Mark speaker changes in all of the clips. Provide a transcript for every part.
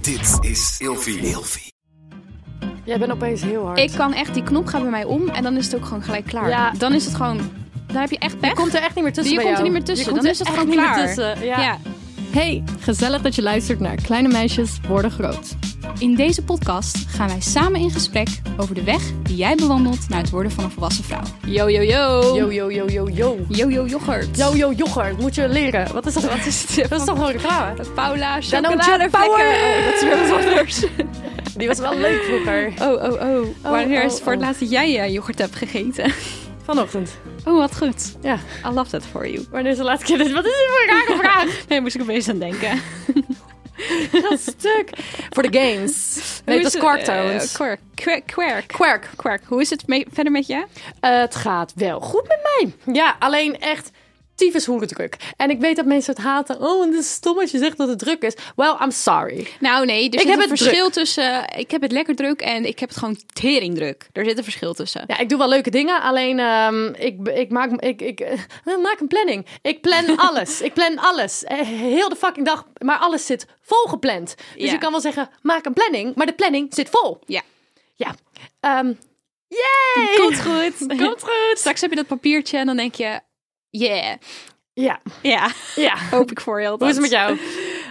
Speaker 1: Dit is Ilfie.
Speaker 2: Jij bent opeens heel hard.
Speaker 3: Ik kan echt, die knop gaat bij mij om en dan is het ook gewoon gelijk klaar.
Speaker 2: Ja.
Speaker 3: Dan is het gewoon, dan heb je echt pech.
Speaker 2: Je komt er echt niet meer tussen
Speaker 3: Je
Speaker 2: bij
Speaker 3: komt er
Speaker 2: jou.
Speaker 3: niet meer tussen.
Speaker 2: Je komt er
Speaker 3: Dan is het
Speaker 2: echt
Speaker 3: gewoon
Speaker 2: niet meer
Speaker 3: klaar.
Speaker 2: tussen. Ja.
Speaker 3: ja.
Speaker 4: Hey, gezellig dat je luistert naar Kleine Meisjes Worden Groot.
Speaker 3: In deze podcast gaan wij samen in gesprek over de weg die jij bewandelt naar het worden van een volwassen vrouw. Yo, yo, yo.
Speaker 2: Yo, yo, yo, yo, yo.
Speaker 3: yo, yo yoghurt.
Speaker 2: Yo, yo, yoghurt. Moet je leren. Wat is dat? Wat is dit? Dat is toch gewoon reclame?
Speaker 3: Paula,
Speaker 2: Danone
Speaker 3: chocoladevlekken.
Speaker 2: Power. Oh, dat is weer wat anders. Die was wel leuk vroeger.
Speaker 3: Oh, oh, oh. Wanneer is
Speaker 2: oh,
Speaker 3: het voor het
Speaker 2: oh.
Speaker 3: laatst dat jij eh, yoghurt hebt gegeten?
Speaker 2: Vanochtend.
Speaker 3: Oh, wat goed.
Speaker 2: Ja.
Speaker 3: I love that for you.
Speaker 2: Wanneer is de laatste keer dit? Wat is dit voor een rare vraag?
Speaker 3: Nee, moest ik opeens aan denken.
Speaker 2: Dat stuk. Voor de games. Nee,
Speaker 3: Hoe
Speaker 2: dat
Speaker 3: is
Speaker 2: is
Speaker 3: het-
Speaker 2: Quark
Speaker 3: eh,
Speaker 2: trouwens.
Speaker 3: Quark. Quark. Quark.
Speaker 2: Quark.
Speaker 3: Quark. Hoe is het mee- verder met je?
Speaker 2: Eh, het gaat wel goed met mij. Ja, alleen echt tyfus druk. En ik weet dat mensen het haten. Oh, en het is stom als je zegt dat het druk is. Well, I'm sorry.
Speaker 3: Nou nee, er
Speaker 2: Ik
Speaker 3: zit
Speaker 2: heb
Speaker 3: een
Speaker 2: het
Speaker 3: verschil tussen eh, ik heb het lekker druk en ik heb het gewoon teringdruk. Er zit een verschil tussen.
Speaker 2: Ja, ik doe wel leuke dingen, alleen ehm, ik, ik, maak, ik, ik, eh, maak een planning. Ik plan alles. ik plan alles. Eh, Heel de fucking dag, maar alles zit volgepland. Dus
Speaker 3: Ja.
Speaker 2: je kan wel zeggen, maak een planning, maar de planning zit vol.
Speaker 3: Ja.
Speaker 2: Ja. Ehm yay!
Speaker 3: Komt goed.
Speaker 2: Komt goed.
Speaker 3: Straks heb je dat papiertje en dan denk je, yeah.
Speaker 2: Ja,
Speaker 3: Ja,
Speaker 2: ja.
Speaker 3: hoop ik voor je
Speaker 2: Hoe
Speaker 3: althans.
Speaker 2: is het met jou?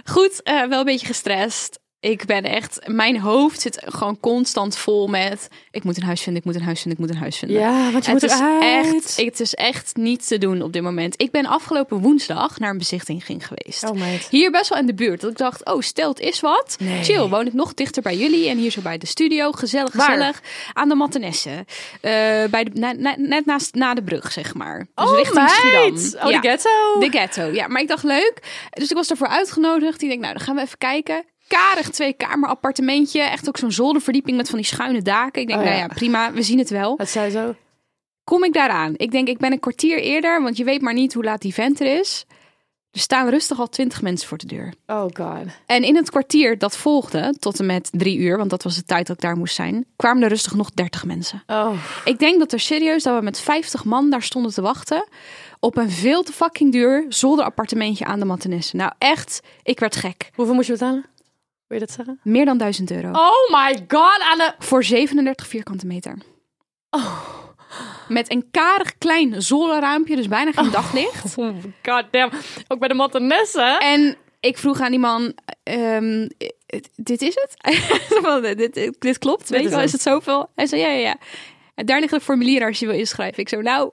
Speaker 3: Goed, eh, wel een beetje gestrest. Ik ben echt, mijn hoofd zit gewoon constant vol met, ik moet een huis vinden, ik moet een huis vinden, ik moet een huis vinden.
Speaker 2: Ja, want je moet
Speaker 3: het is,
Speaker 2: eruit.
Speaker 3: echt, het is echt niet te doen op dit moment. Ik ben afgelopen woensdag naar een bezichtiging geweest.
Speaker 2: Oh, meid.
Speaker 3: Hier best wel in de buurt. Dat ik dacht, oh, stelt is wat. Chill, woon ik nog dichter bij jullie. En hier zo bij de studio. Gezellig,
Speaker 2: Waar?
Speaker 3: gezellig. Aan de Mattenesse. bij de, na- na- net naast na de brug, zeg maar. Dus
Speaker 2: Oh,
Speaker 3: richting
Speaker 2: meid.
Speaker 3: Schiedam.
Speaker 2: Oh,
Speaker 3: Ja.
Speaker 2: de ghetto.
Speaker 3: De ghetto, ja. Maar ik dacht, leuk. Dus ik was daarvoor uitgenodigd. Ik denk, nou, dan gaan we even kijken. Karig tweekamer appartementje. Echt ook zo'n zolderverdieping met van die schuine daken. Ik denk,
Speaker 2: Oh, ja.
Speaker 3: nou ja, prima. We zien het wel
Speaker 2: Het zei zo.
Speaker 3: kom ik daaraan? Ik denk, ik ben een kwartier eerder, want je weet maar niet hoe laat die vent er is. Er staan rustig al twintig mensen voor de deur.
Speaker 2: Oh god.
Speaker 3: En in het kwartier dat volgde, tot en met drie uur, want dat was de tijd dat ik daar moest zijn, kwamen er rustig nog dertig mensen.
Speaker 2: Oh.
Speaker 3: Ik denk dat er serieus dat we met 50 man daar stonden te wachten op een veel te fucking duur zolderappartementje aan de Mattenesse. Nou echt, ik werd gek.
Speaker 2: Hoeveel moest je betalen? Wil je dat zeggen?
Speaker 3: Meer dan 1000 euro.
Speaker 2: Oh my god, Anne.
Speaker 3: Voor 37 vierkante meter. Met een karig klein zolderraampje, dus bijna geen daglicht.
Speaker 2: Oh my god damn. Ook bij de Mattenesse.
Speaker 3: En ik vroeg aan die man, ehm, dit is het? Van, dit, dit, dit klopt, weet
Speaker 2: is
Speaker 3: je wel,
Speaker 2: hem.
Speaker 3: is het zoveel? Hij zei, ja, ja, ja. En daar ligt een formulier als je wil inschrijven. Ik zo, nou,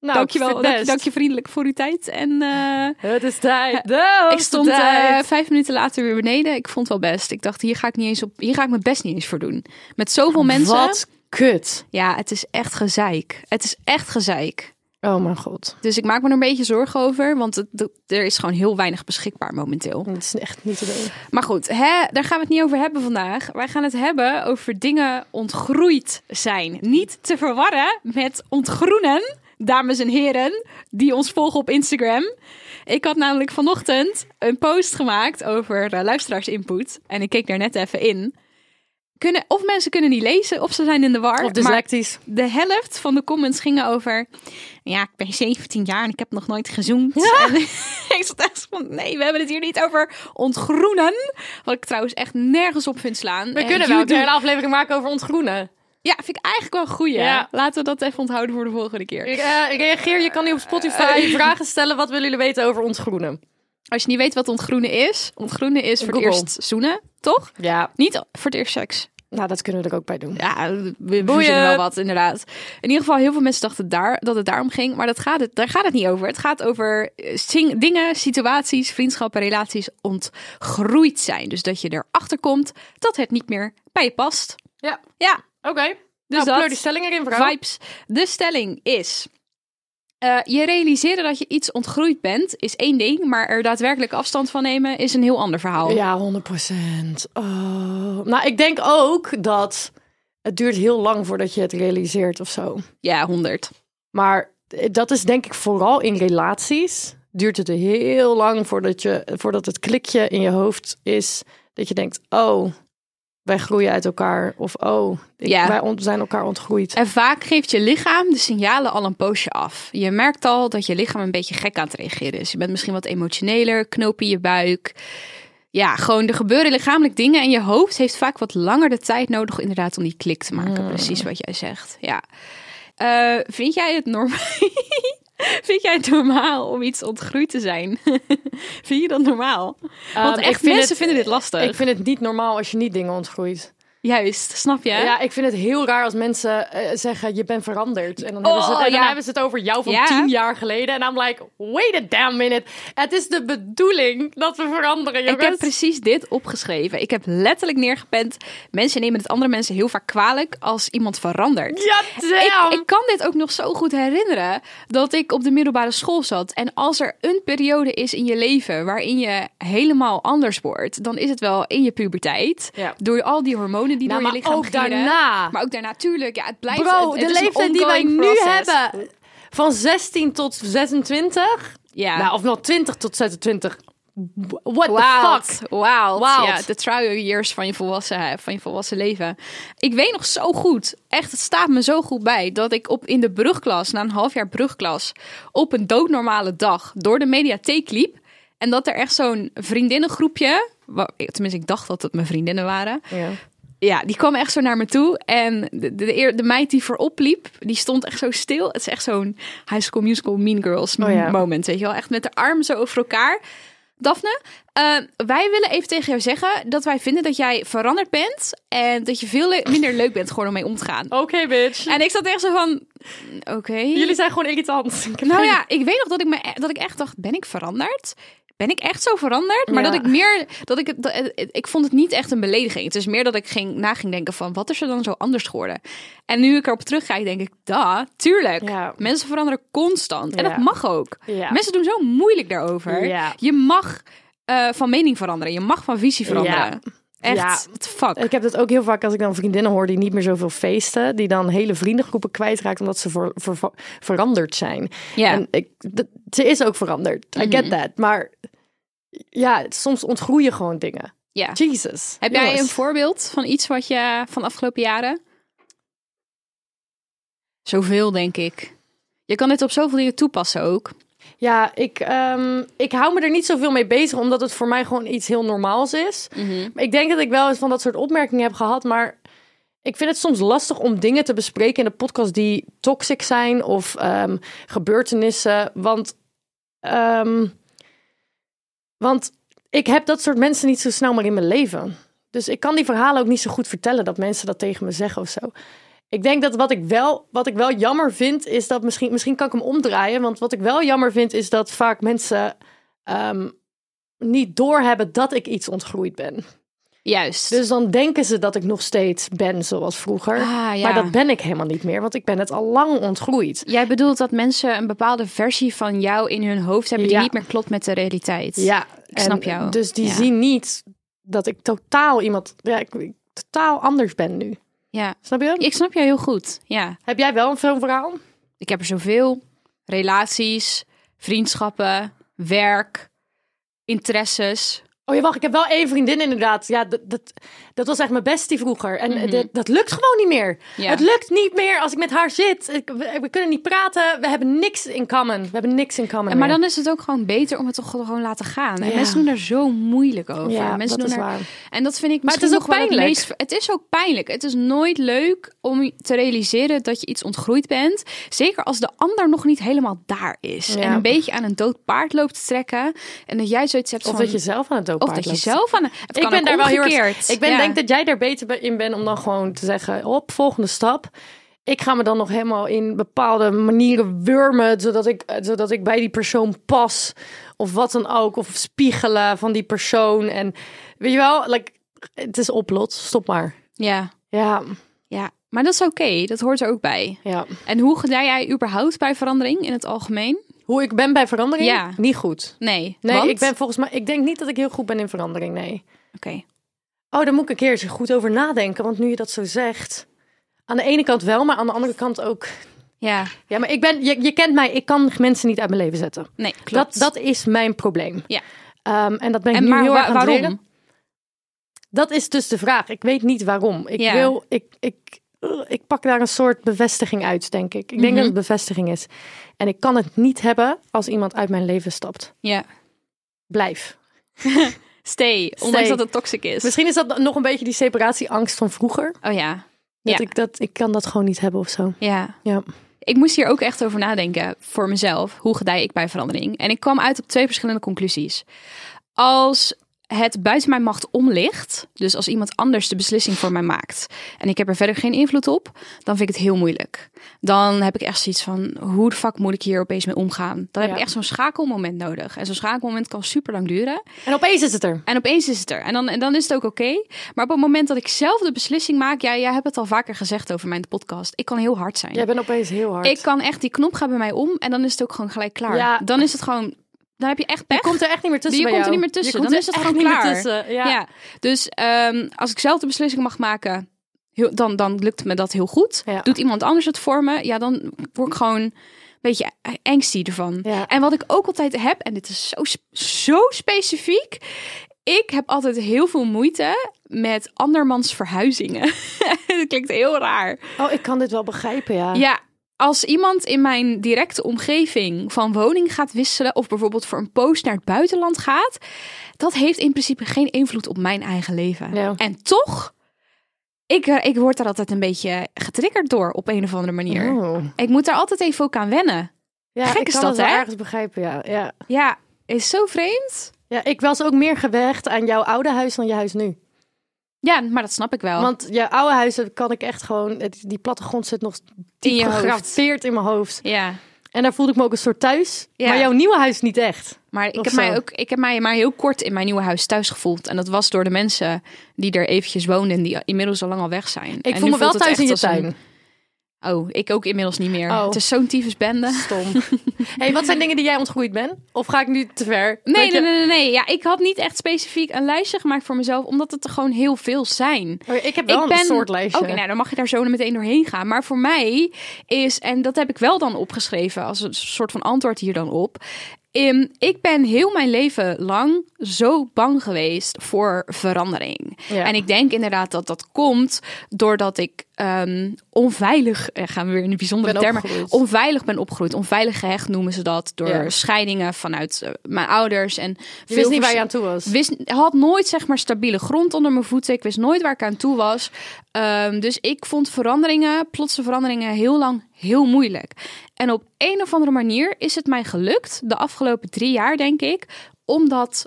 Speaker 2: Nou,
Speaker 3: dankjewel,
Speaker 2: het is
Speaker 3: dank,
Speaker 2: best.
Speaker 3: dank je vriendelijk voor uw tijd. En eh,
Speaker 2: Het is tijd. De
Speaker 3: ik stond eh,
Speaker 2: tijd.
Speaker 3: vijf minuten later weer beneden. Ik vond het wel best. Ik dacht, hier ga ik, niet eens op, hier ga ik mijn best niet eens voor doen. Met zoveel mensen.
Speaker 2: Wat kut.
Speaker 3: Ja, het is echt gezeik. Het is echt gezeik.
Speaker 2: Oh mijn god.
Speaker 3: Dus ik maak me er een beetje zorgen over, want het, er is gewoon heel weinig beschikbaar momenteel.
Speaker 2: Het is echt niet te doen.
Speaker 3: Maar goed, hè, daar gaan we het niet over hebben vandaag. Wij gaan het hebben over dingen ontgroeid zijn. Niet te verwarren met ontgroenen, dames en heren, die ons volgen op Instagram. Ik had namelijk vanochtend een post gemaakt over eh, luisteraarsinput. En ik keek daar net even in. Kunnen, of mensen kunnen niet lezen, of ze zijn in de war.
Speaker 2: Of dus
Speaker 3: maar
Speaker 2: dyslectisch.
Speaker 3: de helft van de comments gingen over... Ja, ik ben 17 jaar en ik heb nog nooit gezoomd. En ik zat echt van... Nee, we hebben het hier niet over ontgroenen. Wat ik trouwens echt nergens op vind slaan.
Speaker 2: We kunnen wel een keer een aflevering maken over ontgroenen.
Speaker 3: Ja, vind ik eigenlijk wel een goeie.
Speaker 2: Ja.
Speaker 3: Laten we dat even onthouden voor de volgende keer.
Speaker 2: Eh, reageer, je kan nu op Spotify vragen stellen. Wat willen jullie weten over ontgroenen?
Speaker 3: Als je niet weet wat ontgroenen is... Ontgroenen is voor het
Speaker 2: Google.
Speaker 3: eerst zoenen, toch?
Speaker 2: Ja,
Speaker 3: Niet voor het eerst seks.
Speaker 2: nou dat kunnen we er ook bij doen.
Speaker 3: Ja, we- we
Speaker 2: Boeien.
Speaker 3: verzinnen wel wat, inderdaad. In ieder geval, heel veel mensen dachten daar, dat het daarom ging. Maar dat gaat het, daar gaat het niet over. Het gaat over eh, zing- dingen, situaties, vriendschappen, relaties ontgroeid zijn. Dus dat je erachter komt dat het niet meer bij je past.
Speaker 2: Ja,
Speaker 3: Ja,
Speaker 2: oké. nou,
Speaker 3: dus
Speaker 2: pleur
Speaker 3: dat.
Speaker 2: die stelling erin, vrouw.
Speaker 3: Vibes. De stelling is... eh, je realiseren dat je iets ontgroeid bent, is één ding. Maar er daadwerkelijk afstand van nemen, is een heel ander verhaal.
Speaker 2: Ja, 100%. Oh. Nou, ik denk ook dat het duurt heel lang voordat je het realiseert of zo.
Speaker 3: Ja, honderd.
Speaker 2: Maar eh, dat is denk ik vooral in relaties. Duurt het heel lang voordat, je, voordat het klikje in je hoofd is. Dat je denkt, oh, wij groeien uit elkaar. Of oh, ik-
Speaker 3: Ja.
Speaker 2: wij ont- zijn elkaar ontgroeid.
Speaker 3: En vaak geeft je lichaam de signalen al een poosje af. Je merkt al dat je lichaam een beetje gek aan het reageren is. Je bent misschien wat emotioneler, knoop in je buik. Ja, gewoon er gebeuren lichamelijk dingen en je hoofd heeft vaak wat langer de tijd nodig inderdaad om die klik te
Speaker 2: Hmm.
Speaker 3: maken. Precies wat jij zegt. Ja. Eh, vind jij het normaal? vind jij het normaal om iets ontgroeid te zijn? vind je dat normaal? Want
Speaker 2: Ehm,
Speaker 3: echt,
Speaker 2: ik vind
Speaker 3: mensen
Speaker 2: het-
Speaker 3: vinden dit lastig.
Speaker 2: Ik vind het niet normaal als je niet dingen ontgroeit.
Speaker 3: Juist, snap je?
Speaker 2: Ja, ik vind het heel raar als mensen eh, zeggen, je bent veranderd. En dan, hebben, ze het,
Speaker 3: Oh,
Speaker 2: en dan
Speaker 3: ja.
Speaker 2: hebben ze het over jou van
Speaker 3: Ja.
Speaker 2: tien jaar geleden. En I'm like, wait a damn minute. Het is de bedoeling dat we veranderen,
Speaker 3: Ik heb
Speaker 2: jongens.
Speaker 3: precies dit opgeschreven. Ik heb letterlijk neergepend. Mensen nemen het andere mensen heel vaak kwalijk als iemand verandert.
Speaker 2: Ja, damn.
Speaker 3: Ik, ik kan dit ook nog zo goed herinneren dat ik op de middelbare school zat. En als er een periode is in je leven waarin je helemaal anders wordt, dan is het wel in je puberteit.
Speaker 2: Ja.
Speaker 3: Door al die hormonen die
Speaker 2: Nou,
Speaker 3: door je
Speaker 2: maar
Speaker 3: lichaam
Speaker 2: ook
Speaker 3: gieren.
Speaker 2: daarna.
Speaker 3: Maar ook daarna, tuurlijk. Ja, het blijft
Speaker 2: Bro,
Speaker 3: het- het
Speaker 2: de
Speaker 3: is een
Speaker 2: leeftijd die wij
Speaker 3: ongoing
Speaker 2: nu
Speaker 3: process.
Speaker 2: hebben, van 16 tot 26.
Speaker 3: Ja.
Speaker 2: Nou, of nog 20 tot 26. What
Speaker 3: Wild,
Speaker 2: the fuck?
Speaker 3: wild.
Speaker 2: Wild.
Speaker 3: Ja, de trial years van je volwassen, van je volwassen leven. Ik weet nog zo goed, echt, het staat me zo goed bij, dat ik op, in de brugklas, na een half jaar brugklas, op een doodnormale dag door de mediatheek liep. En dat er echt zo'n vriendinnengroepje, wa- tenminste ik dacht dat het mijn vriendinnen waren, ja, die kwam echt zo naar me toe. En de, de, eer- de meid die voorop liep, die stond echt zo stil. Het is echt zo'n High School Musical Mean Girls
Speaker 2: Oh ja.
Speaker 3: moment, weet je wel. Echt met de armen zo over elkaar. Daphne, eh, wij willen even tegen jou zeggen dat wij vinden dat jij veranderd bent. En dat je veel le- minder leuk bent gewoon om mee om te gaan.
Speaker 2: Oké, bitch.
Speaker 3: En ik zat echt zo van, oké.
Speaker 2: Oh. Jullie zijn gewoon irritant. Ik heb
Speaker 3: Nou
Speaker 2: geen-
Speaker 3: ja, ik weet nog dat ik, me, e- dat ik echt dacht, ben ik veranderd? Ben ik echt zo veranderd? Maar
Speaker 2: Ja.
Speaker 3: dat ik meer, dat ik, het- dat, eh, ik vond het niet echt een belediging. Het is meer dat ik ging, na ging denken van, wat is er dan zo anders geworden? En nu ik erop terugkijk, denk ik, da, tuurlijk.
Speaker 2: Ja.
Speaker 3: Mensen veranderen constant. En
Speaker 2: Ja.
Speaker 3: dat mag ook.
Speaker 2: Ja.
Speaker 3: Mensen doen zo moeilijk daarover.
Speaker 2: Ja.
Speaker 3: Je mag eh, van mening veranderen. Je mag van visie veranderen. Echt,
Speaker 2: Ja.
Speaker 3: what the fuck.
Speaker 2: Ik heb dat ook heel vaak als ik dan vriendinnen hoor die niet meer zoveel feesten. Die dan hele vriendengroepen kwijtraakt omdat ze ver- ver- veranderd zijn.
Speaker 3: Ja.
Speaker 2: En ik, d- ze is ook veranderd. I get that. Maar ja, soms ontgroeien gewoon dingen.
Speaker 3: ja.
Speaker 2: Jesus.
Speaker 3: Heb jij
Speaker 2: Jongens.
Speaker 3: een voorbeeld van iets wat je van de afgelopen jaren? Zoveel, denk ik. Je kan dit op zoveel dingen toepassen ook.
Speaker 2: Ja, ik, ehm, ik hou me er niet zoveel mee bezig, omdat het voor mij gewoon iets heel normaals is. Maar Ik denk dat ik wel eens van dat soort opmerkingen heb gehad, maar ik vind het soms lastig om dingen te bespreken in de podcast die toxic zijn of ehm, gebeurtenissen. Want, ehm, want ik heb dat soort mensen niet zo snel meer in mijn leven. Dus ik kan die verhalen ook niet zo goed vertellen dat mensen dat tegen me zeggen of zo. Ik denk dat wat ik wel, wat ik wel jammer vind, is dat misschien, misschien kan ik hem omdraaien. Want wat ik wel jammer vind, is dat vaak mensen ehm, niet doorhebben dat ik iets ontgroeid ben.
Speaker 3: Juist.
Speaker 2: Dus dan denken ze dat ik nog steeds ben zoals vroeger.
Speaker 3: Ah, ja.
Speaker 2: Maar dat ben ik helemaal niet meer, want ik ben het al lang ontgroeid.
Speaker 3: Jij bedoelt dat mensen een bepaalde versie van jou in hun hoofd hebben die
Speaker 2: Ja.
Speaker 3: niet meer klopt met de realiteit.
Speaker 2: Ja,
Speaker 3: ik snap jou.
Speaker 2: Dus die
Speaker 3: Ja.
Speaker 2: zien niet dat ik totaal iemand, ja, ik, ik totaal anders ben nu.
Speaker 3: ja.
Speaker 2: Snap je?
Speaker 3: Ik snap jou heel goed. Ja.
Speaker 2: Heb jij wel een zo'n verhaal?
Speaker 3: Ik heb er zoveel. Relaties, vriendschappen, werk, interesses.
Speaker 2: Oh ja, wacht, ik heb wel één vriendin inderdaad. Ja, dat, dat, dat was echt mijn bestie vroeger. En dat, dat lukt gewoon niet meer.
Speaker 3: Mhm. Ja.
Speaker 2: Het lukt niet meer als ik met haar zit. Ik- we, we kunnen niet praten. We hebben niks in common. We hebben niks in common.
Speaker 3: Maar
Speaker 2: meer.
Speaker 3: dan is het ook gewoon beter om het toch gewoon laten gaan. En
Speaker 2: Ja.
Speaker 3: mensen doen daar zo moeilijk over.
Speaker 2: Ja,
Speaker 3: mensen
Speaker 2: dat
Speaker 3: doen
Speaker 2: is
Speaker 3: er-
Speaker 2: waar.
Speaker 3: En dat vind ik
Speaker 2: Maar het is
Speaker 3: misschien
Speaker 2: ook
Speaker 3: nog wel het
Speaker 2: pijnlijk.
Speaker 3: meest- Het is ook pijnlijk. Het is nooit leuk om te realiseren dat je iets ontgroeid bent. Zeker als de ander nog niet helemaal daar is.
Speaker 2: Ja.
Speaker 3: En een beetje aan een dood paard loopt te trekken. En dat jij zoiets hebt
Speaker 2: Of
Speaker 3: van...
Speaker 2: dat je zelf aan het dopen
Speaker 3: of dat je zelf aan... Het
Speaker 2: Ik
Speaker 3: kan
Speaker 2: ben
Speaker 3: ook
Speaker 2: daar wel heel
Speaker 3: omgekeerd.
Speaker 2: erg. Ik ben,
Speaker 3: Ja.
Speaker 2: denk dat jij daar beter bij- in bent om dan gewoon te zeggen: op volgende stap. Ik ga me dan nog helemaal in bepaalde manieren wurmen, zodat ik, eh, zodat ik bij die persoon pas. Of wat dan ook. Of spiegelen van die persoon. En weet je wel, like, het is oplot. Stop maar.
Speaker 3: Ja.
Speaker 2: Ja,
Speaker 3: ja. Maar dat is oké. Dat hoort er ook bij.
Speaker 2: ja.
Speaker 3: En hoe gedij jij überhaupt bij verandering in het algemeen?
Speaker 2: Hoe ik ben bij verandering?
Speaker 3: Ja.
Speaker 2: Niet goed.
Speaker 3: Nee.
Speaker 2: Nee,
Speaker 3: Want?
Speaker 2: ik ben volgens mij. Ik denk niet dat ik heel goed ben in verandering. Nee.
Speaker 3: Oké.
Speaker 2: Oh, daar moet ik een keer eens goed over nadenken. Want nu je dat zo zegt. Aan de ene kant wel, maar aan de andere kant ook
Speaker 3: Ja.
Speaker 2: Ja, maar ik ben, je, je kent mij, ik kan mensen niet uit mijn leven zetten.
Speaker 3: Nee, klopt.
Speaker 2: Dat, dat is mijn probleem.
Speaker 3: Ja.
Speaker 2: Ehm, en dat ben ik
Speaker 3: en
Speaker 2: nu
Speaker 3: maar
Speaker 2: heel
Speaker 3: wa-
Speaker 2: erg aan het
Speaker 3: waarom?
Speaker 2: leren. Dat is dus de vraag. Ik weet niet waarom. Ik
Speaker 3: Ja.
Speaker 2: wil, ik, ik, uh, ik pak daar een soort bevestiging uit, denk ik. Ik denk dat het
Speaker 3: Mhm.
Speaker 2: bevestiging is. En ik kan het niet hebben als iemand uit mijn leven stapt.
Speaker 3: Ja.
Speaker 2: Blijf.
Speaker 3: Stay, ondanks
Speaker 2: Stay.
Speaker 3: dat het toxic is.
Speaker 2: Misschien is dat nog een beetje die separatieangst van vroeger.
Speaker 3: Oh ja,
Speaker 2: Dat
Speaker 3: Ja.
Speaker 2: ik dat ik kan dat gewoon niet hebben of zo.
Speaker 3: ja.
Speaker 2: Ja.
Speaker 3: Ik moest hier ook echt over nadenken voor mezelf. Hoe gedij ik bij verandering? En ik kwam uit op twee verschillende conclusies. Als het buiten mijn macht om ligt, dus als iemand anders de beslissing voor mij maakt en ik heb er verder geen invloed op, dan vind ik het heel moeilijk. Dan heb ik echt zoiets van hoe de fuck moet ik hier opeens mee omgaan? Dan heb
Speaker 2: Ja.
Speaker 3: ik echt zo'n schakelmoment nodig. En zo'n schakelmoment kan super lang duren.
Speaker 2: En opeens is het er.
Speaker 3: En opeens is het er. En dan, en dan is het ook oké. Maar op het moment dat ik zelf de beslissing maak, ja, jij hebt het al vaker gezegd over mijn podcast. Ik kan heel hard zijn.
Speaker 2: Jij bent opeens heel hard.
Speaker 3: Ik kan echt, die knop gaat bij mij om en dan is het ook gewoon gelijk klaar.
Speaker 2: Ja.
Speaker 3: Dan is het gewoon, dan heb je echt pech.
Speaker 2: je komt er echt niet meer tussen.
Speaker 3: Je
Speaker 2: bij
Speaker 3: komt er
Speaker 2: jou.
Speaker 3: niet meer tussen.
Speaker 2: Je komt
Speaker 3: Dan
Speaker 2: er
Speaker 3: is het
Speaker 2: echt
Speaker 3: gewoon
Speaker 2: niet meer
Speaker 3: klaar.
Speaker 2: tussen.
Speaker 3: ja.
Speaker 2: Ja.
Speaker 3: Dus ehm, als ik zelf de beslissing mag maken, heel, dan, dan lukt me dat heel goed.
Speaker 2: Ja.
Speaker 3: Doet iemand anders het voor me, ja, dan word ik gewoon een beetje angsty ervan.
Speaker 2: Ja.
Speaker 3: En wat ik ook altijd heb, en dit is zo, sp- zo specifiek. Ik heb altijd heel veel moeite met andermans verhuizingen. dat klinkt heel raar.
Speaker 2: Oh, ik kan dit wel begrijpen, ja.
Speaker 3: Ja, als iemand in mijn directe omgeving van woning gaat wisselen of bijvoorbeeld voor een poos naar het buitenland gaat, dat heeft in principe geen invloed op mijn eigen leven.
Speaker 2: Ja.
Speaker 3: En toch, ik, eh, ik word daar altijd een beetje getriggerd door op een of andere manier.
Speaker 2: Oh.
Speaker 3: Ik moet daar altijd even ook aan wennen.
Speaker 2: Ja,
Speaker 3: Gek
Speaker 2: ik
Speaker 3: is
Speaker 2: kan
Speaker 3: dat,
Speaker 2: het wel
Speaker 3: hè?
Speaker 2: ergens begrijpen, ja. ja.
Speaker 3: Ja, is zo vreemd.
Speaker 2: Ja, ik was ook meer gewecht aan jouw oude huis dan je huis nu.
Speaker 3: Ja, maar dat snap ik wel.
Speaker 2: Want jouw oude huis dat kan ik echt gewoon... het- Die plattegrond zit nog
Speaker 3: In je
Speaker 2: diep
Speaker 3: hoofd.
Speaker 2: gerafteerd in mijn hoofd.
Speaker 3: ja,
Speaker 2: En daar voelde ik me ook een soort thuis.
Speaker 3: Ja.
Speaker 2: Maar jouw nieuwe huis niet echt.
Speaker 3: maar ik
Speaker 2: Of
Speaker 3: heb, mij
Speaker 2: zo.
Speaker 3: ook, ik heb mij maar heel kort in mijn nieuwe huis thuis gevoeld. En dat was door de mensen die er eventjes woonden en die inmiddels al lang al weg zijn.
Speaker 2: Ik
Speaker 3: en
Speaker 2: voel
Speaker 3: nu
Speaker 2: me wel
Speaker 3: voelt het
Speaker 2: thuis in je
Speaker 3: echt als een-
Speaker 2: tuin.
Speaker 3: Oh, ik ook inmiddels niet meer.
Speaker 2: Oh.
Speaker 3: Het is zo'n tyfusbende.
Speaker 2: Stom. hey, wat zijn dingen die jij ontgroeid bent? Of ga ik nu te ver? Dat
Speaker 3: Nee,
Speaker 2: je-
Speaker 3: nee, nee, nee, nee. Ja, ik had niet echt specifiek een lijstje gemaakt voor mezelf, omdat het er gewoon heel veel zijn.
Speaker 2: Oh, ik heb wel
Speaker 3: ik
Speaker 2: een soort lijstje.
Speaker 3: Oké, nou dan mag je daar zo meteen doorheen gaan. Maar voor mij is, en dat heb ik wel dan opgeschreven als een soort van antwoord hier dan op. Ehm, ik ben heel mijn leven lang zo bang geweest voor verandering.
Speaker 2: Ja.
Speaker 3: En ik denk inderdaad dat dat komt doordat ik ehm, onveilig, eh, gaan we weer in de bijzondere
Speaker 2: Ben
Speaker 3: termen,
Speaker 2: opgegroeid.
Speaker 3: onveilig ben opgegroeid. Onveilig gehecht noemen ze dat door
Speaker 2: Ja.
Speaker 3: scheidingen vanuit eh, mijn ouders. En
Speaker 2: je wist niet waar je aan toe was.
Speaker 3: wist, had nooit zeg maar stabiele grond onder mijn voeten. Ik wist nooit waar ik aan toe was. Ehm, dus ik vond veranderingen, plotse veranderingen, heel lang heel moeilijk. En op een of andere manier is het mij gelukt, de afgelopen drie jaar denk ik, om dat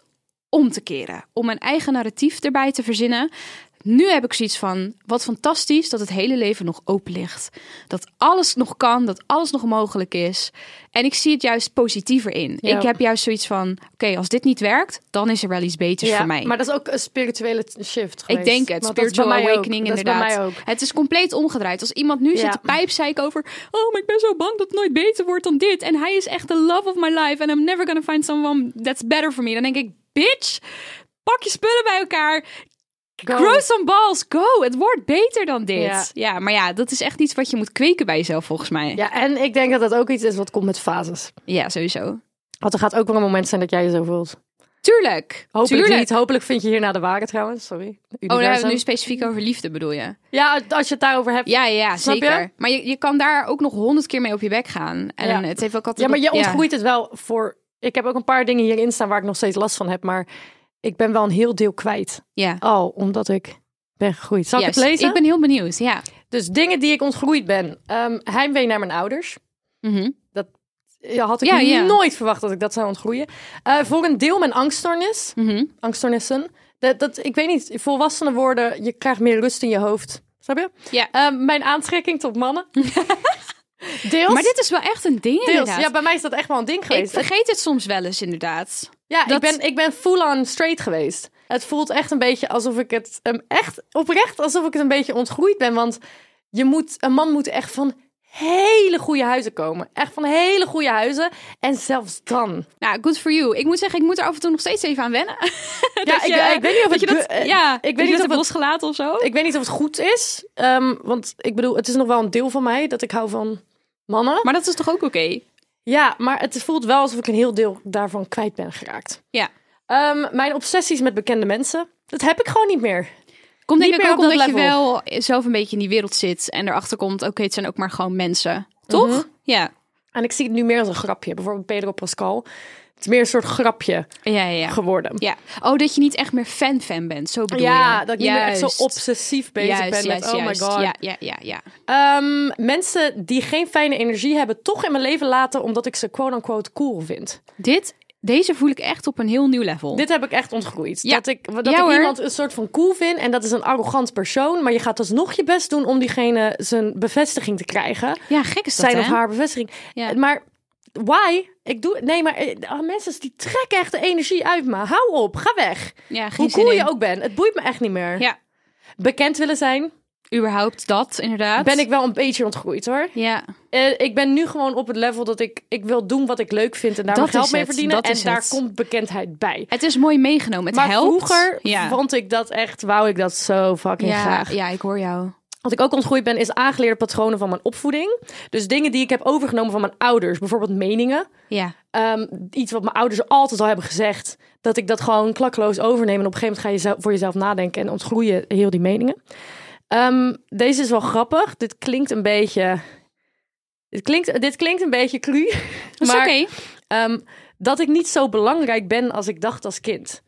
Speaker 3: om te keren. Om mijn eigen narratief erbij te verzinnen. Nu heb ik zoiets van, wat fantastisch dat het hele leven nog open ligt. Dat alles nog kan, dat alles nog mogelijk is. En ik zie het juist positiever in.
Speaker 2: Ja.
Speaker 3: Ik heb juist zoiets van, oké, als dit niet werkt, dan is er wel iets beters
Speaker 2: ja,
Speaker 3: voor mij.
Speaker 2: Maar dat is ook een spirituele t- shift
Speaker 3: ik
Speaker 2: geweest.
Speaker 3: denk het,
Speaker 2: Want dat is bij
Speaker 3: spiritual
Speaker 2: mij ook.
Speaker 3: awakening
Speaker 2: Dat is bij
Speaker 3: inderdaad.
Speaker 2: mij ook.
Speaker 3: Het is compleet omgedraaid. Als iemand nu zit
Speaker 2: Ja.
Speaker 3: te pijpzeiken over, oh, maar ik ben zo bang dat het nooit beter wordt dan dit. En hij is echt the love of my life and I'm never gonna find someone that's better for me. Dan denk ik, bitch, pak je spullen bij elkaar,
Speaker 2: Go.
Speaker 3: Grow some balls, go. Het wordt beter dan dit. Ja.
Speaker 2: Oh. Ja.
Speaker 3: maar ja, dat is echt iets wat je moet kweken bij jezelf volgens mij. Ja,
Speaker 2: Ja, en ik denk dat dat ook iets is wat komt met fases.
Speaker 3: sowieso.
Speaker 2: Want er gaat ook wel een moment zijn dat jij je zo voelt.
Speaker 3: Tuurlijk.
Speaker 2: Hopelijk
Speaker 3: Tuurlijk.
Speaker 2: niet. Hopelijk vind je hierna de ware trouwens. Sorry.
Speaker 3: Oh, daar hebben we
Speaker 2: Universum.
Speaker 3: het nu specifiek over liefde, bedoel je?
Speaker 2: Ja, als je het daarover hebt.
Speaker 3: Ja, ja, ja,
Speaker 2: Snap je?
Speaker 3: zeker. Maar je, je kan daar ook nog honderd keer mee op je bek gaan. En
Speaker 2: Ja.
Speaker 3: het heeft ook altijd...
Speaker 2: Ja, maar je
Speaker 3: dat-
Speaker 2: ontgroeit het wel voor... Ik heb ook een paar dingen hierin staan waar ik nog steeds last van heb. Maar ik ben wel een heel deel kwijt.
Speaker 3: Ja.
Speaker 2: Al omdat ik ben gegroeid. Zal ik
Speaker 3: Juist.
Speaker 2: het lezen?
Speaker 3: Ik ben heel benieuwd, ja.
Speaker 2: Dus dingen die ik ontgroeid ben. Ehm, heimwee naar mijn ouders.
Speaker 3: Mhm.
Speaker 2: Ja, had ik
Speaker 3: Ja, ja.
Speaker 2: nooit verwacht dat ik dat zou ontgroeien. Eh, voor een deel mijn angststoornis.
Speaker 3: Mhm.
Speaker 2: Angststoornissen. Dat, dat, ik weet niet, volwassenen worden, je krijgt meer rust in je hoofd. Snap je?
Speaker 3: Ja.
Speaker 2: Ehm, mijn aantrekking tot mannen. Deels.
Speaker 3: Maar dit is wel echt een ding
Speaker 2: Deels.
Speaker 3: inderdaad.
Speaker 2: Ja, bij mij is dat echt wel een ding
Speaker 3: ik
Speaker 2: geweest.
Speaker 3: vergeet het soms wel eens inderdaad.
Speaker 2: Ja,
Speaker 3: dat-
Speaker 2: ik, ben, ik ben full-on straight geweest. Het voelt echt een beetje alsof ik het... ehm, echt oprecht alsof ik het een beetje ontgroeid ben. Want je moet, een man moet echt van hele goede huizen komen. Echt van hele goede huizen. En zelfs dan...
Speaker 3: Nou, good for you. Ik moet zeggen, ik moet er af en toe nog steeds even aan wennen.
Speaker 2: Ja, ik,
Speaker 3: je-
Speaker 2: ik weet niet of
Speaker 3: Dat
Speaker 2: het...
Speaker 3: je dat,
Speaker 2: eh,
Speaker 3: ja,
Speaker 2: ik weet niet of
Speaker 3: het
Speaker 2: het
Speaker 3: losgelaten of zo.
Speaker 2: Ik weet niet of het goed is. ehm, want ik bedoel, het is nog wel een deel van mij dat ik hou van mannen.
Speaker 3: Maar dat is toch ook oké?
Speaker 2: Ja, maar het voelt wel alsof ik een heel deel daarvan kwijt ben geraakt.
Speaker 3: Ja.
Speaker 2: Ehm, mijn obsessies met bekende mensen, dat heb ik gewoon niet meer.
Speaker 3: Komt denk
Speaker 2: Niet
Speaker 3: ik
Speaker 2: meer
Speaker 3: ook
Speaker 2: op dat
Speaker 3: omdat je
Speaker 2: level.
Speaker 3: wel zelf een beetje in die wereld zit en erachter komt, oké, het zijn ook
Speaker 2: Mhm.
Speaker 3: maar gewoon mensen. Toch? Ja.
Speaker 2: En ik zie het nu meer als een grapje. Bijvoorbeeld Pedro Pascal. is meer een soort grapje
Speaker 3: Ja, ja, ja.
Speaker 2: geworden.
Speaker 3: Ja. Oh, dat je niet echt meer fan-fan bent. Zo bedoel je.
Speaker 2: Ja, dat ik niet meer echt
Speaker 3: Juist.
Speaker 2: zo obsessief bezig
Speaker 3: Juist,
Speaker 2: ben met
Speaker 3: juist,
Speaker 2: oh
Speaker 3: juist.
Speaker 2: my god.
Speaker 3: Ja, ja, ja, ja.
Speaker 2: Ehm, mensen die geen fijne energie hebben, toch in mijn leven laten omdat ik ze quote-unquote cool vind.
Speaker 3: Dit, deze voel ik echt op een heel nieuw level.
Speaker 2: Dit heb ik echt ontgroeid.
Speaker 3: Ja.
Speaker 2: Dat ik, dat
Speaker 3: Ja,
Speaker 2: ik
Speaker 3: hoor.
Speaker 2: iemand een soort van cool vind en dat is een arrogant persoon, maar je gaat alsnog je best doen om diegene zijn bevestiging te krijgen.
Speaker 3: ja, gek is dat,
Speaker 2: zijn
Speaker 3: hè?
Speaker 2: of haar bevestiging.
Speaker 3: Ja.
Speaker 2: Eh, Maar why? Ik doe Nee, maar eh, ah, mensen die trekken echt de energie uit me. Hou op, ga weg.
Speaker 3: Ja, geen
Speaker 2: Hoe
Speaker 3: zin
Speaker 2: cool
Speaker 3: in.
Speaker 2: je ook bent, het boeit me echt niet meer.
Speaker 3: Ja,
Speaker 2: Bekend willen zijn,
Speaker 3: überhaupt dat, inderdaad.
Speaker 2: ben ik wel een beetje ontgroeid hoor.
Speaker 3: Ja,
Speaker 2: Eh, ik ben nu gewoon op het level dat ik, ik wil doen wat ik leuk vind en daar
Speaker 3: Dat
Speaker 2: mijn geld
Speaker 3: is
Speaker 2: mee
Speaker 3: het,
Speaker 2: verdienen.
Speaker 3: dat
Speaker 2: En
Speaker 3: is
Speaker 2: daar
Speaker 3: het.
Speaker 2: komt bekendheid bij.
Speaker 3: het is mooi meegenomen. Het
Speaker 2: maar
Speaker 3: helpt.
Speaker 2: vroeger
Speaker 3: ja.
Speaker 2: vond ik dat echt, wou ik dat zo fucking
Speaker 3: ja,
Speaker 2: graag.
Speaker 3: ja, ik hoor jou.
Speaker 2: Wat ik ook ontgroeid ben, is aangeleerde patronen van mijn opvoeding. Dus dingen die ik heb overgenomen van mijn ouders. Bijvoorbeeld meningen.
Speaker 3: Ja,
Speaker 2: Ehm, iets wat mijn ouders altijd al hebben gezegd. Dat ik dat gewoon klakkeloos overneem. En op een gegeven moment ga je zelf- voor jezelf nadenken en ontgroeien heel die meningen. Ehm, deze is wel grappig. Dit klinkt een beetje. Dit klinkt, dit klinkt een beetje cru.
Speaker 3: dat is
Speaker 2: maar
Speaker 3: oké.
Speaker 2: ehm, dat ik niet zo belangrijk ben als ik dacht als kind.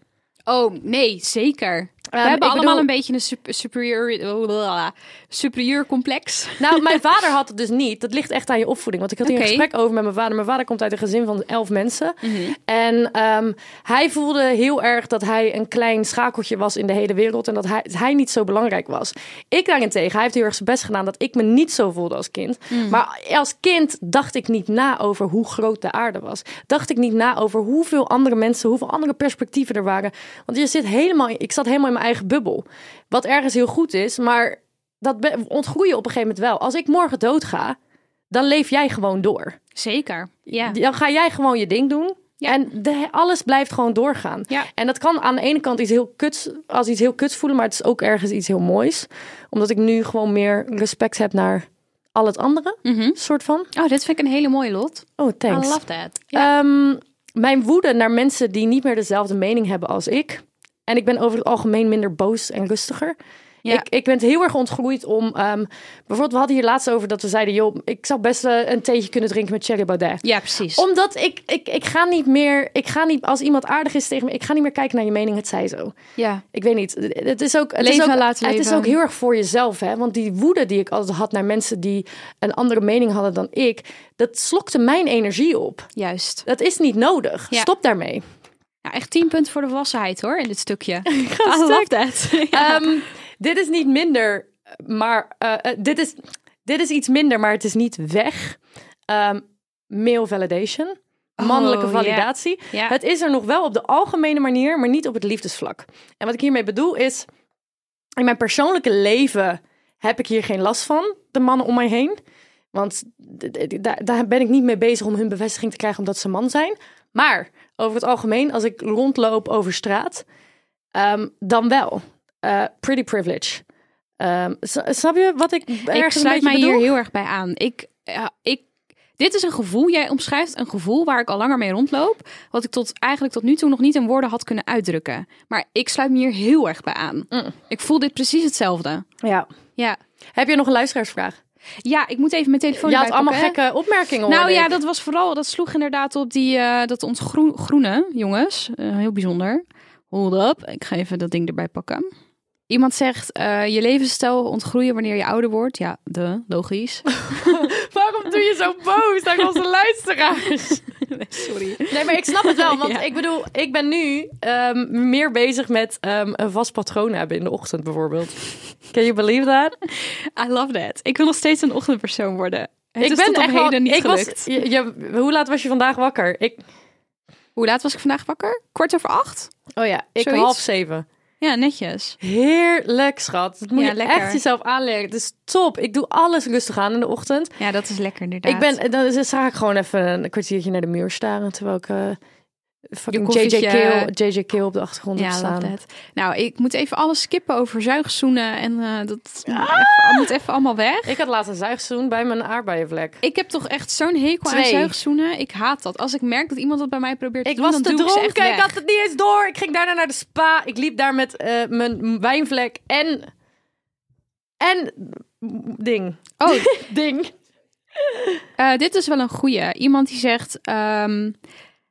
Speaker 3: Oh, nee, zeker. We
Speaker 2: Ehm,
Speaker 3: hebben
Speaker 2: ik
Speaker 3: allemaal
Speaker 2: bedoel-
Speaker 3: een beetje een super, superior, superieur complex.
Speaker 2: Nou, mijn vader had het dus niet. Dat ligt echt aan je opvoeding. Want ik had hier
Speaker 3: Oké.
Speaker 2: een gesprek over met mijn vader. Mijn vader komt uit een gezin van elf mensen. En ehm, hij voelde heel erg dat hij een klein schakeltje was in de hele wereld. En dat hij, hij niet zo belangrijk was. Ik daarentegen, hij heeft heel erg zijn best gedaan dat ik me niet zo voelde als kind. Maar als kind dacht ik niet na over hoe groot de aarde was. Dacht ik niet na over hoeveel andere mensen, hoeveel andere perspectieven er waren. Want je zit helemaal, in- ik zat helemaal in mijn eigen bubbel. Wat ergens heel goed is, maar dat be- ontgroei je op een gegeven moment wel. Als ik morgen doodga, dan leef jij gewoon door.
Speaker 3: Zeker. Ja.
Speaker 2: Dan ga jij gewoon je ding doen.
Speaker 3: Ja.
Speaker 2: En de- alles blijft gewoon doorgaan.
Speaker 3: Ja.
Speaker 2: En dat kan aan de ene kant iets heel kuts, als iets heel kuts voelen, maar het is ook ergens iets heel moois. Omdat ik nu gewoon meer respect heb naar al het andere,
Speaker 3: Mhm.
Speaker 2: soort van.
Speaker 3: Oh, dit vind ik een hele mooie lot.
Speaker 2: Oh,
Speaker 3: I
Speaker 2: thanks.
Speaker 3: love that.
Speaker 2: Ehm, mijn woede naar mensen die niet meer dezelfde mening hebben als ik. En ik ben over het algemeen minder boos en rustiger.
Speaker 3: Ja.
Speaker 2: Ik, ik ben het heel erg ontgroeid om... ehm, bijvoorbeeld, we hadden hier laatst over dat we zeiden... joh, ik zou best eh, een theetje kunnen drinken met Cherry Baudet.
Speaker 3: Ja, precies.
Speaker 2: Omdat ik, ik, ik ga niet meer... Ik ga niet, als iemand aardig is tegen me... Ik ga niet meer kijken naar je mening, het zij zo.
Speaker 3: Ja.
Speaker 2: Ik weet niet. Het is ook, het
Speaker 3: Leven
Speaker 2: is ook,
Speaker 3: en laten
Speaker 2: Het is
Speaker 3: leven.
Speaker 2: ook heel erg voor jezelf. Hè? Want die woede die ik altijd had naar mensen die een andere mening hadden dan ik, dat slokte mijn energie op.
Speaker 3: Juist.
Speaker 2: Dat is niet nodig.
Speaker 3: Ja.
Speaker 2: Stop daarmee.
Speaker 3: Ja, echt 10 punten voor de volwassenheid hoor, in dit stukje. I
Speaker 2: stuk.
Speaker 3: love that. Ja.
Speaker 2: Ehm, dit is niet minder, maar eh, eh, dit, is, dit is iets minder, maar het is niet weg. Ehm, male validation, mannelijke
Speaker 3: Oh, ja.
Speaker 2: validatie.
Speaker 3: Ja.
Speaker 2: Het is er nog wel op de algemene manier, maar niet op het liefdesvlak. En wat ik hiermee bedoel is, in mijn persoonlijke leven heb ik hier geen last van, de mannen om mij heen. Want d- d- daar- daar ben ik niet mee bezig om hun bevestiging te krijgen omdat ze man zijn. Maar over het algemeen, als ik rondloop over straat, ehm, dan wel. Eh, pretty privilege. Ehm, s- snap je wat ik
Speaker 3: ik
Speaker 2: ergens een
Speaker 3: sluit
Speaker 2: beetje
Speaker 3: mij
Speaker 2: bedoel?
Speaker 3: hier heel erg bij aan. Ik, ja, ik, dit is een gevoel, jij omschrijft een gevoel waar ik al langer mee rondloop. Wat ik tot, eigenlijk tot nu toe nog niet in woorden had kunnen uitdrukken. Maar ik sluit me hier heel erg bij aan. Ik voel dit precies hetzelfde.
Speaker 2: Mm. Ja.
Speaker 3: Ja,
Speaker 2: Heb je nog een luisteraarsvraag?
Speaker 3: ja ik moet even mijn telefoon
Speaker 2: Je had
Speaker 3: erbij
Speaker 2: allemaal
Speaker 3: pakken.
Speaker 2: gekke opmerkingen.
Speaker 3: Nou
Speaker 2: hoorde
Speaker 3: ja,
Speaker 2: ik.
Speaker 3: dat was vooral, dat sloeg inderdaad op die, eh, dat ons groen, groene, jongens, Eh, heel bijzonder. Hold up, ik ga even dat ding erbij pakken. Iemand zegt, eh, je levensstijl ontgroeien wanneer je ouder wordt. Ja, de, logisch.
Speaker 2: Waarom doe je zo boos naar onze luisteraars?
Speaker 3: Sorry.
Speaker 2: Nee, maar ik snap het wel. Want
Speaker 3: Ja.
Speaker 2: ik bedoel, ik ben nu ehm, meer bezig met ehm, een vast patroon hebben in de ochtend bijvoorbeeld. Can you believe that?
Speaker 3: I love that. Ik wil nog steeds een ochtendpersoon worden. Het
Speaker 2: ik
Speaker 3: is tot op heden niet
Speaker 2: ik was-
Speaker 3: gelukt.
Speaker 2: je- je- hoe laat was je vandaag wakker? Ik,
Speaker 3: Hoe laat was ik vandaag wakker? Kwart over acht?
Speaker 2: oh ja, ik
Speaker 3: Zoiets?
Speaker 2: half zeven.
Speaker 3: Ja, netjes.
Speaker 2: Heerlijk, schat. Dat moet
Speaker 3: Ja,
Speaker 2: je
Speaker 3: lekker.
Speaker 2: echt jezelf aanleren. Het is top. Ik doe alles rustig aan in de ochtend.
Speaker 3: Ja, dat is lekker inderdaad.
Speaker 2: Ik ben, dan is- sta ik gewoon even een kwartiertje naar de muur staren terwijl ik eh, fucking
Speaker 3: Je
Speaker 2: JJ Kale,
Speaker 3: koffietje-
Speaker 2: JJ Kale op de achtergrond heb
Speaker 3: Ja,
Speaker 2: staan.
Speaker 3: love that. Nou, ik moet even alles skippen over zuigzoenen en eh, dat
Speaker 2: Ah!
Speaker 3: even- moet even allemaal weg.
Speaker 2: Ik had laatst een zuigzoen bij mijn aardbeienvlek.
Speaker 3: Ik heb toch echt zo'n hekel aan
Speaker 2: Twee.
Speaker 3: zuigzoenen. Ik haat dat. Als ik merk dat iemand dat bij mij probeert te
Speaker 2: Ik
Speaker 3: doen,
Speaker 2: was
Speaker 3: dan
Speaker 2: te
Speaker 3: doe ik ze
Speaker 2: dronken,
Speaker 3: echt
Speaker 2: ik
Speaker 3: weg.
Speaker 2: had het niet eens door. Ik ging daarna naar de spa. Ik liep daar met eh, mijn wijnvlek en... En... Ding.
Speaker 3: Oh,
Speaker 2: Ding.
Speaker 3: eh, dit is wel een goeie. Iemand die zegt... ehm,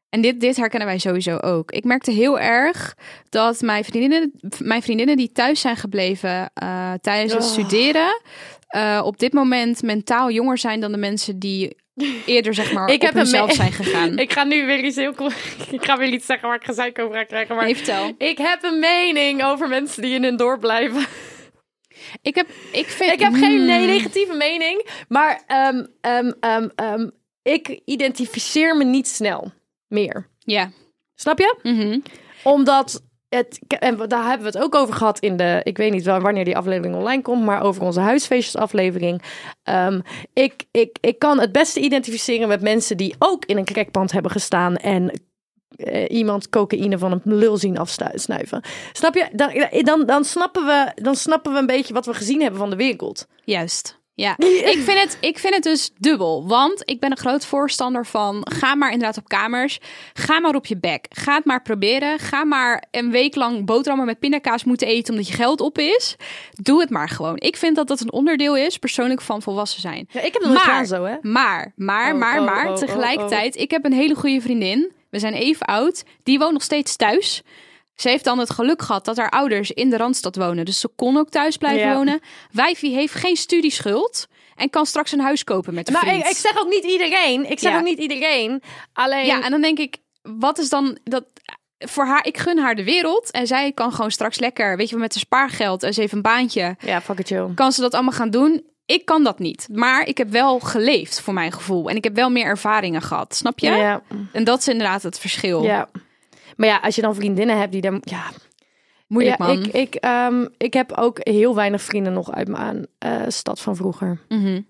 Speaker 3: En dit, dit herkennen wij sowieso ook. Ik merkte heel erg dat mijn vriendinnen, mijn vriendinnen die thuis zijn gebleven eh, tijdens het
Speaker 2: Oh.
Speaker 3: studeren, eh, op dit moment mentaal jonger zijn dan de mensen die eerder zeg maar
Speaker 2: Ik
Speaker 3: op
Speaker 2: heb een
Speaker 3: hunzelf
Speaker 2: me-
Speaker 3: zijn gegaan.
Speaker 2: Ik ga nu weer iets heel... cool- Ik ga weer iets zeggen waar ik gezeik over ga krijgen. Maar
Speaker 3: Nee, vertel.
Speaker 2: ik heb een mening over mensen die in hun dorp blijven.
Speaker 3: Ik heb, ik vind,
Speaker 2: Ik Mm. heb geen
Speaker 3: Hmm.
Speaker 2: ne- negatieve mening, maar ehm, ehm, ehm, ehm, ik identificeer me niet snel meer.
Speaker 3: Ja.
Speaker 2: Snap je?
Speaker 3: Mhm.
Speaker 2: Omdat het, en we- daar hebben we het ook over gehad in de, ik weet niet wel wanneer die aflevering online komt, maar over onze huisfeestjesaflevering. Ehm, ik, ik, ik kan het beste identificeren met mensen die ook in een crackpand hebben gestaan en eh, iemand cocaïne van een lul zien afsnuiven. Snap je? Dan, eh, dan, dan, snappen we, dan snappen we een beetje wat we gezien hebben van de wereld.
Speaker 3: Juist. Ja, ik vind, het, ik vind het dus dubbel. Want ik ben een groot voorstander van. Ga maar inderdaad op kamers. Ga maar op je bek. Ga het maar proberen. Ga maar een week lang boterhammen met pindakaas moeten eten. omdat je geld op is. Doe het maar gewoon. Ik vind dat dat een onderdeel is persoonlijk van volwassen zijn.
Speaker 2: Ja, ik heb nog nooit
Speaker 3: Maar-
Speaker 2: gedaan zo, hè?
Speaker 3: Maar, maar,
Speaker 2: Oh,
Speaker 3: maar,
Speaker 2: oh,
Speaker 3: maar.
Speaker 2: oh, oh,
Speaker 3: tegelijkertijd, ik heb een hele goede vriendin. We zijn even oud. Die woont nog steeds thuis. Ze heeft dan het geluk gehad dat haar ouders in de Randstad wonen. Dus ze kon ook thuis blijven
Speaker 2: Ja.
Speaker 3: wonen. Wijfie heeft geen studieschuld. En kan straks een huis kopen met een
Speaker 2: Nou,
Speaker 3: vriend.
Speaker 2: ik, ik zeg ook niet iedereen. Ik zeg
Speaker 3: Ja.
Speaker 2: ook niet iedereen. Alleen,
Speaker 3: Ja, en dan denk ik, wat is dan dat... Voor haar, ik gun haar de wereld. En zij kan gewoon straks lekker, weet je wel, met haar spaargeld. En ze heeft een baantje.
Speaker 2: ja, fuck it, joh.
Speaker 3: kan ze dat allemaal gaan doen. Ik kan dat niet. Maar ik heb wel geleefd voor mijn gevoel. En ik heb wel meer ervaringen gehad. Snap je?
Speaker 2: Ja.
Speaker 3: En dat is inderdaad het verschil.
Speaker 2: Ja. Maar ja, als je dan vriendinnen hebt die dan... Ja,
Speaker 3: Moeilijk
Speaker 2: ja,
Speaker 3: man.
Speaker 2: Ik, ik, ehm, ik heb ook heel weinig vrienden nog uit mijn eh, stad van vroeger.
Speaker 3: Mhm.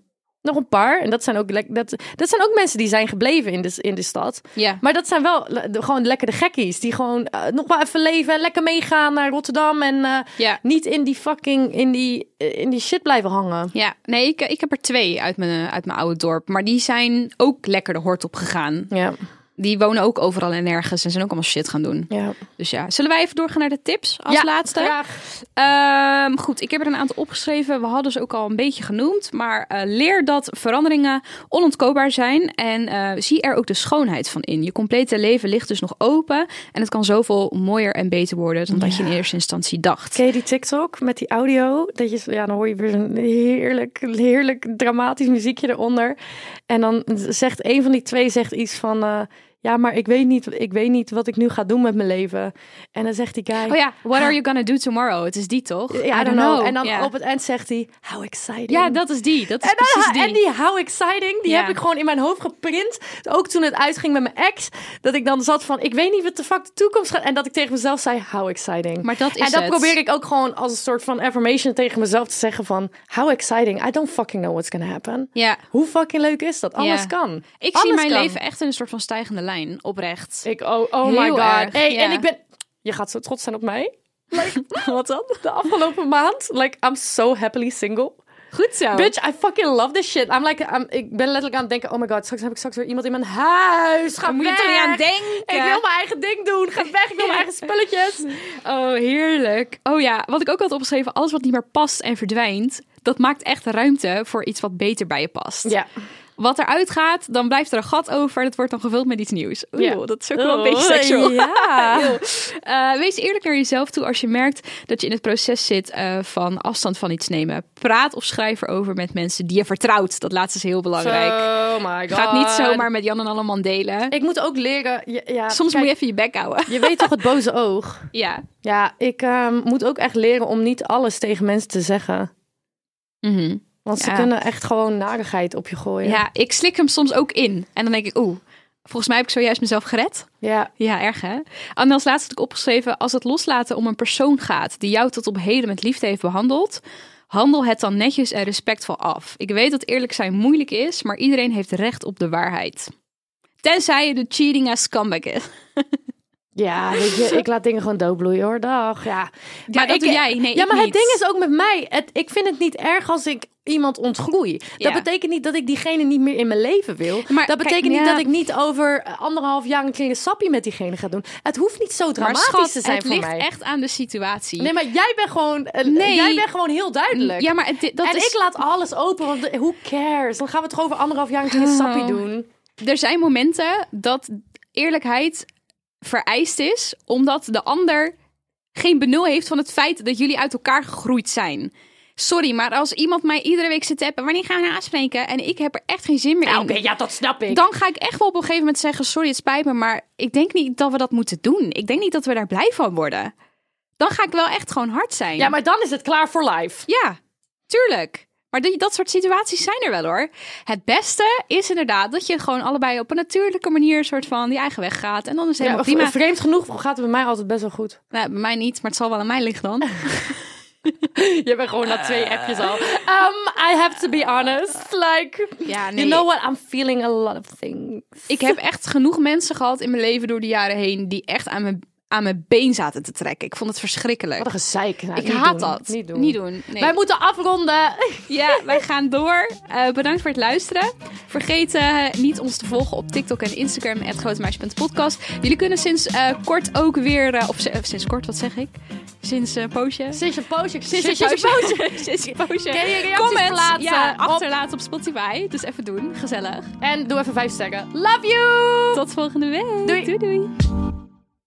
Speaker 2: Nog een paar. En dat zijn ook, lek- dat, dat zijn ook mensen die zijn gebleven in de, in de stad.
Speaker 3: Ja.
Speaker 2: Maar dat zijn wel le- de- gewoon lekker de gekkies. Die gewoon eh, nog wel even leven. en Lekker meegaan naar Rotterdam. En eh,
Speaker 3: ja.
Speaker 2: niet in die fucking... In die, eh, in die shit blijven hangen.
Speaker 3: Ja, nee, ik, ik heb er twee uit mijn, uit mijn oude dorp. Maar die zijn ook lekker de hort op gegaan.
Speaker 2: Ja,
Speaker 3: Die wonen ook overal en nergens en zijn ook allemaal shit gaan doen.
Speaker 2: ja.
Speaker 3: Dus ja, zullen wij even doorgaan naar de tips als
Speaker 2: Ja,
Speaker 3: laatste?
Speaker 2: graag.
Speaker 3: Ehm, goed, ik heb er een aantal opgeschreven. We hadden ze ook al een beetje genoemd. Maar eh, leer dat veranderingen onontkoopbaar zijn. En eh, zie er ook de schoonheid van in. Je complete leven ligt dus nog open. En het kan zoveel mooier en beter worden dan dat je in eerste instantie dacht.
Speaker 2: Ken je die TikTok met die audio? Dat je, ja, dan hoor je weer zo'n heerlijk, heerlijk dramatisch muziekje eronder. En dan zegt een van die twee zegt iets van... eh, ja, maar ik weet, niet, ik weet niet wat ik nu ga doen met mijn leven. En dan zegt die guy...
Speaker 3: Oh ja, what are you gonna do tomorrow? Het is die toch?
Speaker 2: I don't know. En dan
Speaker 3: Ja.
Speaker 2: op het eind zegt hij... How exciting.
Speaker 3: Ja, dat is die. Dat is
Speaker 2: en, dan-
Speaker 3: precies die.
Speaker 2: en die how exciting, die
Speaker 3: Ja.
Speaker 2: heb ik gewoon in mijn hoofd geprint. Ook toen het uitging met mijn ex. Dat ik dan zat van, ik weet niet wat de fuck de toekomst gaat. En dat ik tegen mezelf zei, how exciting.
Speaker 3: Maar dat is
Speaker 2: En dat
Speaker 3: het.
Speaker 2: probeer ik ook gewoon als een soort van affirmation tegen mezelf te zeggen van... How exciting, I don't fucking know what's gonna happen.
Speaker 3: Ja,
Speaker 2: Hoe fucking leuk is dat? Alles
Speaker 3: Ja.
Speaker 2: kan.
Speaker 3: ik zie
Speaker 2: Alles
Speaker 3: mijn
Speaker 2: kan.
Speaker 3: leven echt in een soort van stijgende lijn, oprecht.
Speaker 2: Ik, oh, oh my
Speaker 3: Heel
Speaker 2: god.
Speaker 3: erg,
Speaker 2: hey,
Speaker 3: ja.
Speaker 2: En ik ben... Je gaat zo trots zijn op mij. Like, wat dan? De afgelopen maand. Like, I'm so happily single.
Speaker 3: Goed zo.
Speaker 2: Bitch, I fucking love this shit. I'm like, I'm- ik ben letterlijk aan het denken, oh my god, straks heb ik straks weer iemand in mijn huis. Ga
Speaker 3: Daar moet je
Speaker 2: weg.
Speaker 3: toch niet aan denken.
Speaker 2: Ik wil mijn eigen ding doen. Ga weg, ik wil mijn eigen spulletjes.
Speaker 3: Oh, heerlijk. Oh ja, wat ik ook had opgeschreven, alles wat niet meer past en verdwijnt, dat maakt echt ruimte voor iets wat beter bij je past.
Speaker 2: Ja.
Speaker 3: Wat eruit gaat, dan blijft er een gat over en het wordt dan gevuld met iets nieuws. Oeh,
Speaker 2: Ja. Oh,
Speaker 3: dat is ook wel een beetje seksueel.
Speaker 2: Ja.
Speaker 3: Eh, wees eerlijk naar jezelf toe als je merkt dat je in het proces zit eh, van afstand van iets nemen. Praat of schrijf erover met mensen die je vertrouwt. Dat laatste is heel belangrijk.
Speaker 2: Oh my god.
Speaker 3: Ga het niet zomaar met Jan en allemaal delen.
Speaker 2: Ik moet ook leren. Ja, ja,
Speaker 3: Soms
Speaker 2: kijk,
Speaker 3: moet je even je bek houden.
Speaker 2: je weet toch het boze oog?
Speaker 3: Ja.
Speaker 2: Ja, ik ehm, moet ook echt leren om niet alles tegen mensen te zeggen.
Speaker 3: Mhm.
Speaker 2: Want ze
Speaker 3: Ja.
Speaker 2: kunnen echt gewoon narigheid op je gooien.
Speaker 3: Ja, ik slik hem soms ook in. En dan denk ik, oeh, volgens mij heb ik zojuist mezelf gered.
Speaker 2: ja.
Speaker 3: Ja, erg hè? En als laatste heb ik opgeschreven, als het loslaten om een persoon gaat die jou tot op heden met liefde heeft behandeld, handel het dan netjes en respectvol af. Ik weet dat eerlijk zijn moeilijk is, maar iedereen heeft recht op de waarheid. Tenzij je de cheating as comeback is.
Speaker 2: Ja, weet je, ik laat dingen gewoon doodbloeien hoor. Dag. Ja,
Speaker 3: dat doe jij. Nee,
Speaker 2: ja
Speaker 3: ik
Speaker 2: maar
Speaker 3: niet.
Speaker 2: het ding is ook met mij. Het, ik vind het niet erg als ik iemand ontgroei. Dat
Speaker 3: Ja.
Speaker 2: betekent niet dat ik diegene niet meer in mijn leven wil.
Speaker 3: Maar
Speaker 2: dat
Speaker 3: kijk,
Speaker 2: betekent niet
Speaker 3: ja.
Speaker 2: dat ik niet over eh, anderhalf jaar een kleine sappie met diegene ga doen. Het hoeft niet zo
Speaker 3: Maar
Speaker 2: dramatisch
Speaker 3: schat,
Speaker 2: te zijn
Speaker 3: het
Speaker 2: voor
Speaker 3: ligt
Speaker 2: mij.
Speaker 3: echt aan de situatie.
Speaker 2: Nee, maar jij bent gewoon, eh,
Speaker 3: Nee.
Speaker 2: jij bent gewoon heel duidelijk.
Speaker 3: ja, maar het, dat
Speaker 2: en
Speaker 3: is...
Speaker 2: ik laat alles open, want Oh. who cares? Dan gaan we toch over anderhalf jaar een kleine sappie doen.
Speaker 3: er zijn momenten dat eerlijkheid vereist is, omdat de ander geen benul heeft van het feit dat jullie uit elkaar gegroeid zijn. Sorry, maar als iemand mij iedere week zit te appen, wanneer gaan we nou afspreken? En ik heb er echt geen zin meer in.
Speaker 2: ja, dat snap Nou, ik.
Speaker 3: Dan ga ik echt wel op een gegeven moment zeggen: Sorry, het spijt me, maar ik denk niet dat we dat moeten doen. Ik denk niet dat we daar blij van worden. Dan ga ik wel echt gewoon hard zijn.
Speaker 2: Ja, maar dan is het klaar voor live.
Speaker 3: Ja, tuurlijk. Maar die- dat soort situaties zijn er wel hoor. Het beste is inderdaad dat je gewoon allebei op een natuurlijke manier soort van die eigen weg gaat. En dan is het
Speaker 2: Ja,
Speaker 3: helemaal prima.
Speaker 2: vreemd genoeg gaat het bij mij altijd best wel goed.
Speaker 3: Nou, bij mij niet, maar het zal wel aan mij liggen dan.
Speaker 2: Je bent gewoon na twee appjes al. Eh. Um, I have to be honest. Like,
Speaker 3: Ja, nee.
Speaker 2: you know what? I'm feeling a lot of things.
Speaker 3: Ik heb echt genoeg mensen gehad in mijn leven door de jaren heen die echt aan mijn, aan mijn been zaten te trekken. Ik vond het verschrikkelijk.
Speaker 2: Wat een gezeik. Nou,
Speaker 3: Ik
Speaker 2: niet
Speaker 3: haat
Speaker 2: doen.
Speaker 3: dat.
Speaker 2: Niet doen.
Speaker 3: nee.
Speaker 2: Wij moeten afronden.
Speaker 3: Ja, wij gaan door. Eh, bedankt voor het luisteren. Vergeet eh, niet ons te volgen op TikTok en Instagram, grotemeisje.podcast. Jullie kunnen sinds eh, kort ook weer, eh, of, si- eh, sinds kort, wat zeg ik? Sinds eh, een poosje.
Speaker 2: Sinds je poosje.
Speaker 3: Sinds een poosje. Sinds een poosje.
Speaker 2: Kun je reacties
Speaker 3: Comments,
Speaker 2: plaatsen
Speaker 3: ja,
Speaker 2: op-
Speaker 3: achterlaten op Spotify. Dus even doen, gezellig.
Speaker 2: En doe even vijf sterren. Love you!
Speaker 3: Tot volgende week.
Speaker 2: Doei.
Speaker 3: doei. doei.